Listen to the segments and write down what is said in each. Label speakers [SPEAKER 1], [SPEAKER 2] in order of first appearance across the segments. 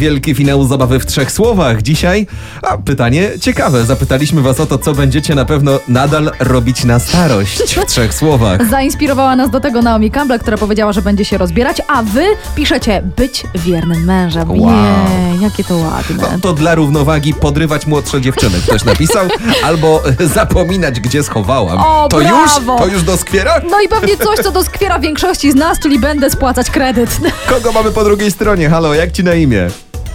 [SPEAKER 1] Wielki finał zabawy w trzech słowach dzisiaj. A pytanie ciekawe. Zapytaliśmy was o to, co będziecie na pewno nadal robić na starość w trzech słowach.
[SPEAKER 2] Zainspirowała nas do tego Naomi Campbell, która powiedziała, że będzie się rozbierać, a wy piszecie być wiernym mężem.
[SPEAKER 1] Wow.
[SPEAKER 2] Nie, jakie to ładne.
[SPEAKER 1] No, to dla równowagi podrywać młodsze dziewczyny, ktoś napisał, albo e, zapominać, gdzie schowałam.
[SPEAKER 2] O,
[SPEAKER 1] to
[SPEAKER 2] brawo!
[SPEAKER 1] już? To już doskwiera?
[SPEAKER 2] No i pewnie coś, co doskwiera większości z nas, czyli będę spłacać kredyt.
[SPEAKER 1] Kogo mamy po drugiej stronie? Halo, jak ci na imię?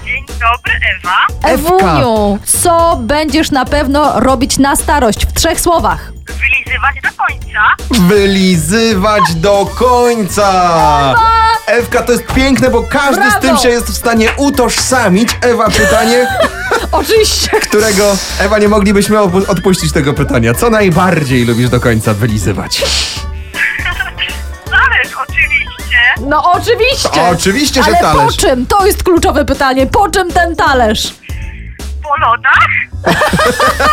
[SPEAKER 3] Dzień dobry, Ewa.
[SPEAKER 1] Ewka.
[SPEAKER 2] Ewuniu, co będziesz na pewno robić na starość? W trzech słowach.
[SPEAKER 3] Wylizywać do końca.
[SPEAKER 1] Wylizywać do końca! Ewka, to jest piękne, bo każdy z
[SPEAKER 2] Brawo!
[SPEAKER 1] tym się jest w stanie utożsamić. Ewa, pytanie,
[SPEAKER 2] Oczywiście.
[SPEAKER 1] którego... Ewa, nie moglibyśmy opu- odpuścić tego pytania. Co najbardziej lubisz do końca wylizywać?
[SPEAKER 3] Zależ oczywiście.
[SPEAKER 2] No oczywiście.
[SPEAKER 1] To oczywiście, że
[SPEAKER 2] Ale
[SPEAKER 1] talerz.
[SPEAKER 2] po czym? To jest kluczowe pytanie. Po czym ten talerz?
[SPEAKER 3] Po lodach.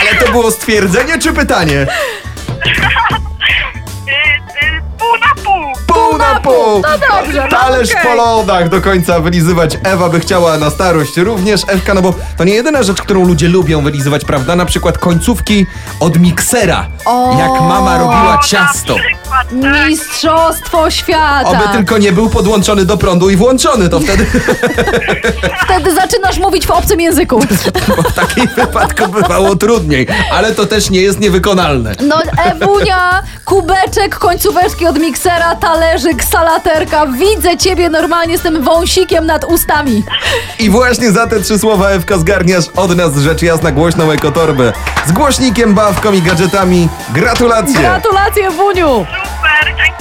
[SPEAKER 1] Ale to było stwierdzenie czy pytanie?
[SPEAKER 3] Y, y, pół na pół.
[SPEAKER 1] Pół
[SPEAKER 2] na
[SPEAKER 1] na pół!
[SPEAKER 2] pół. No dobrze, no
[SPEAKER 1] Talerz
[SPEAKER 2] okej.
[SPEAKER 1] po lodach do końca wylizywać. Ewa by chciała na starość również. Ewka, no bo to nie jedyna rzecz, którą ludzie lubią wylizywać, prawda? Na przykład końcówki od miksera.
[SPEAKER 2] O. tak.
[SPEAKER 1] Jak mama robiła
[SPEAKER 3] O,
[SPEAKER 1] ciasto.
[SPEAKER 3] Na przykład, tak.
[SPEAKER 2] Mistrzostwo świata.
[SPEAKER 1] Oby tylko nie był podłączony do prądu i włączony, to wtedy
[SPEAKER 2] Wtedy zaczynasz mówić w obcym języku.
[SPEAKER 1] bo w takim wypadku bywało trudniej. Ale to też nie jest niewykonalne.
[SPEAKER 2] No Ewunia, kubeczek, końcóweczki od miksera, talerzyk, salaterka. Widzę ciebie normalnie z tym wąsikiem nad ustami.
[SPEAKER 1] I właśnie za te trzy słowa Ewka zgarniasz od nas rzecz jasna głośną ekotorbę. Z głośnikiem, bawką i gadżetami. Gratulacje!
[SPEAKER 2] Gratulacje Ewuniu.
[SPEAKER 3] Super, dziękujemy.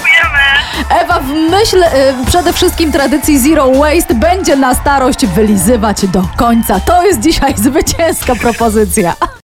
[SPEAKER 2] Ewa w myśl y, przede wszystkim tradycji Zero Waste będzie na starość wylizywać do końca. To jest dzisiaj zwycięska propozycja.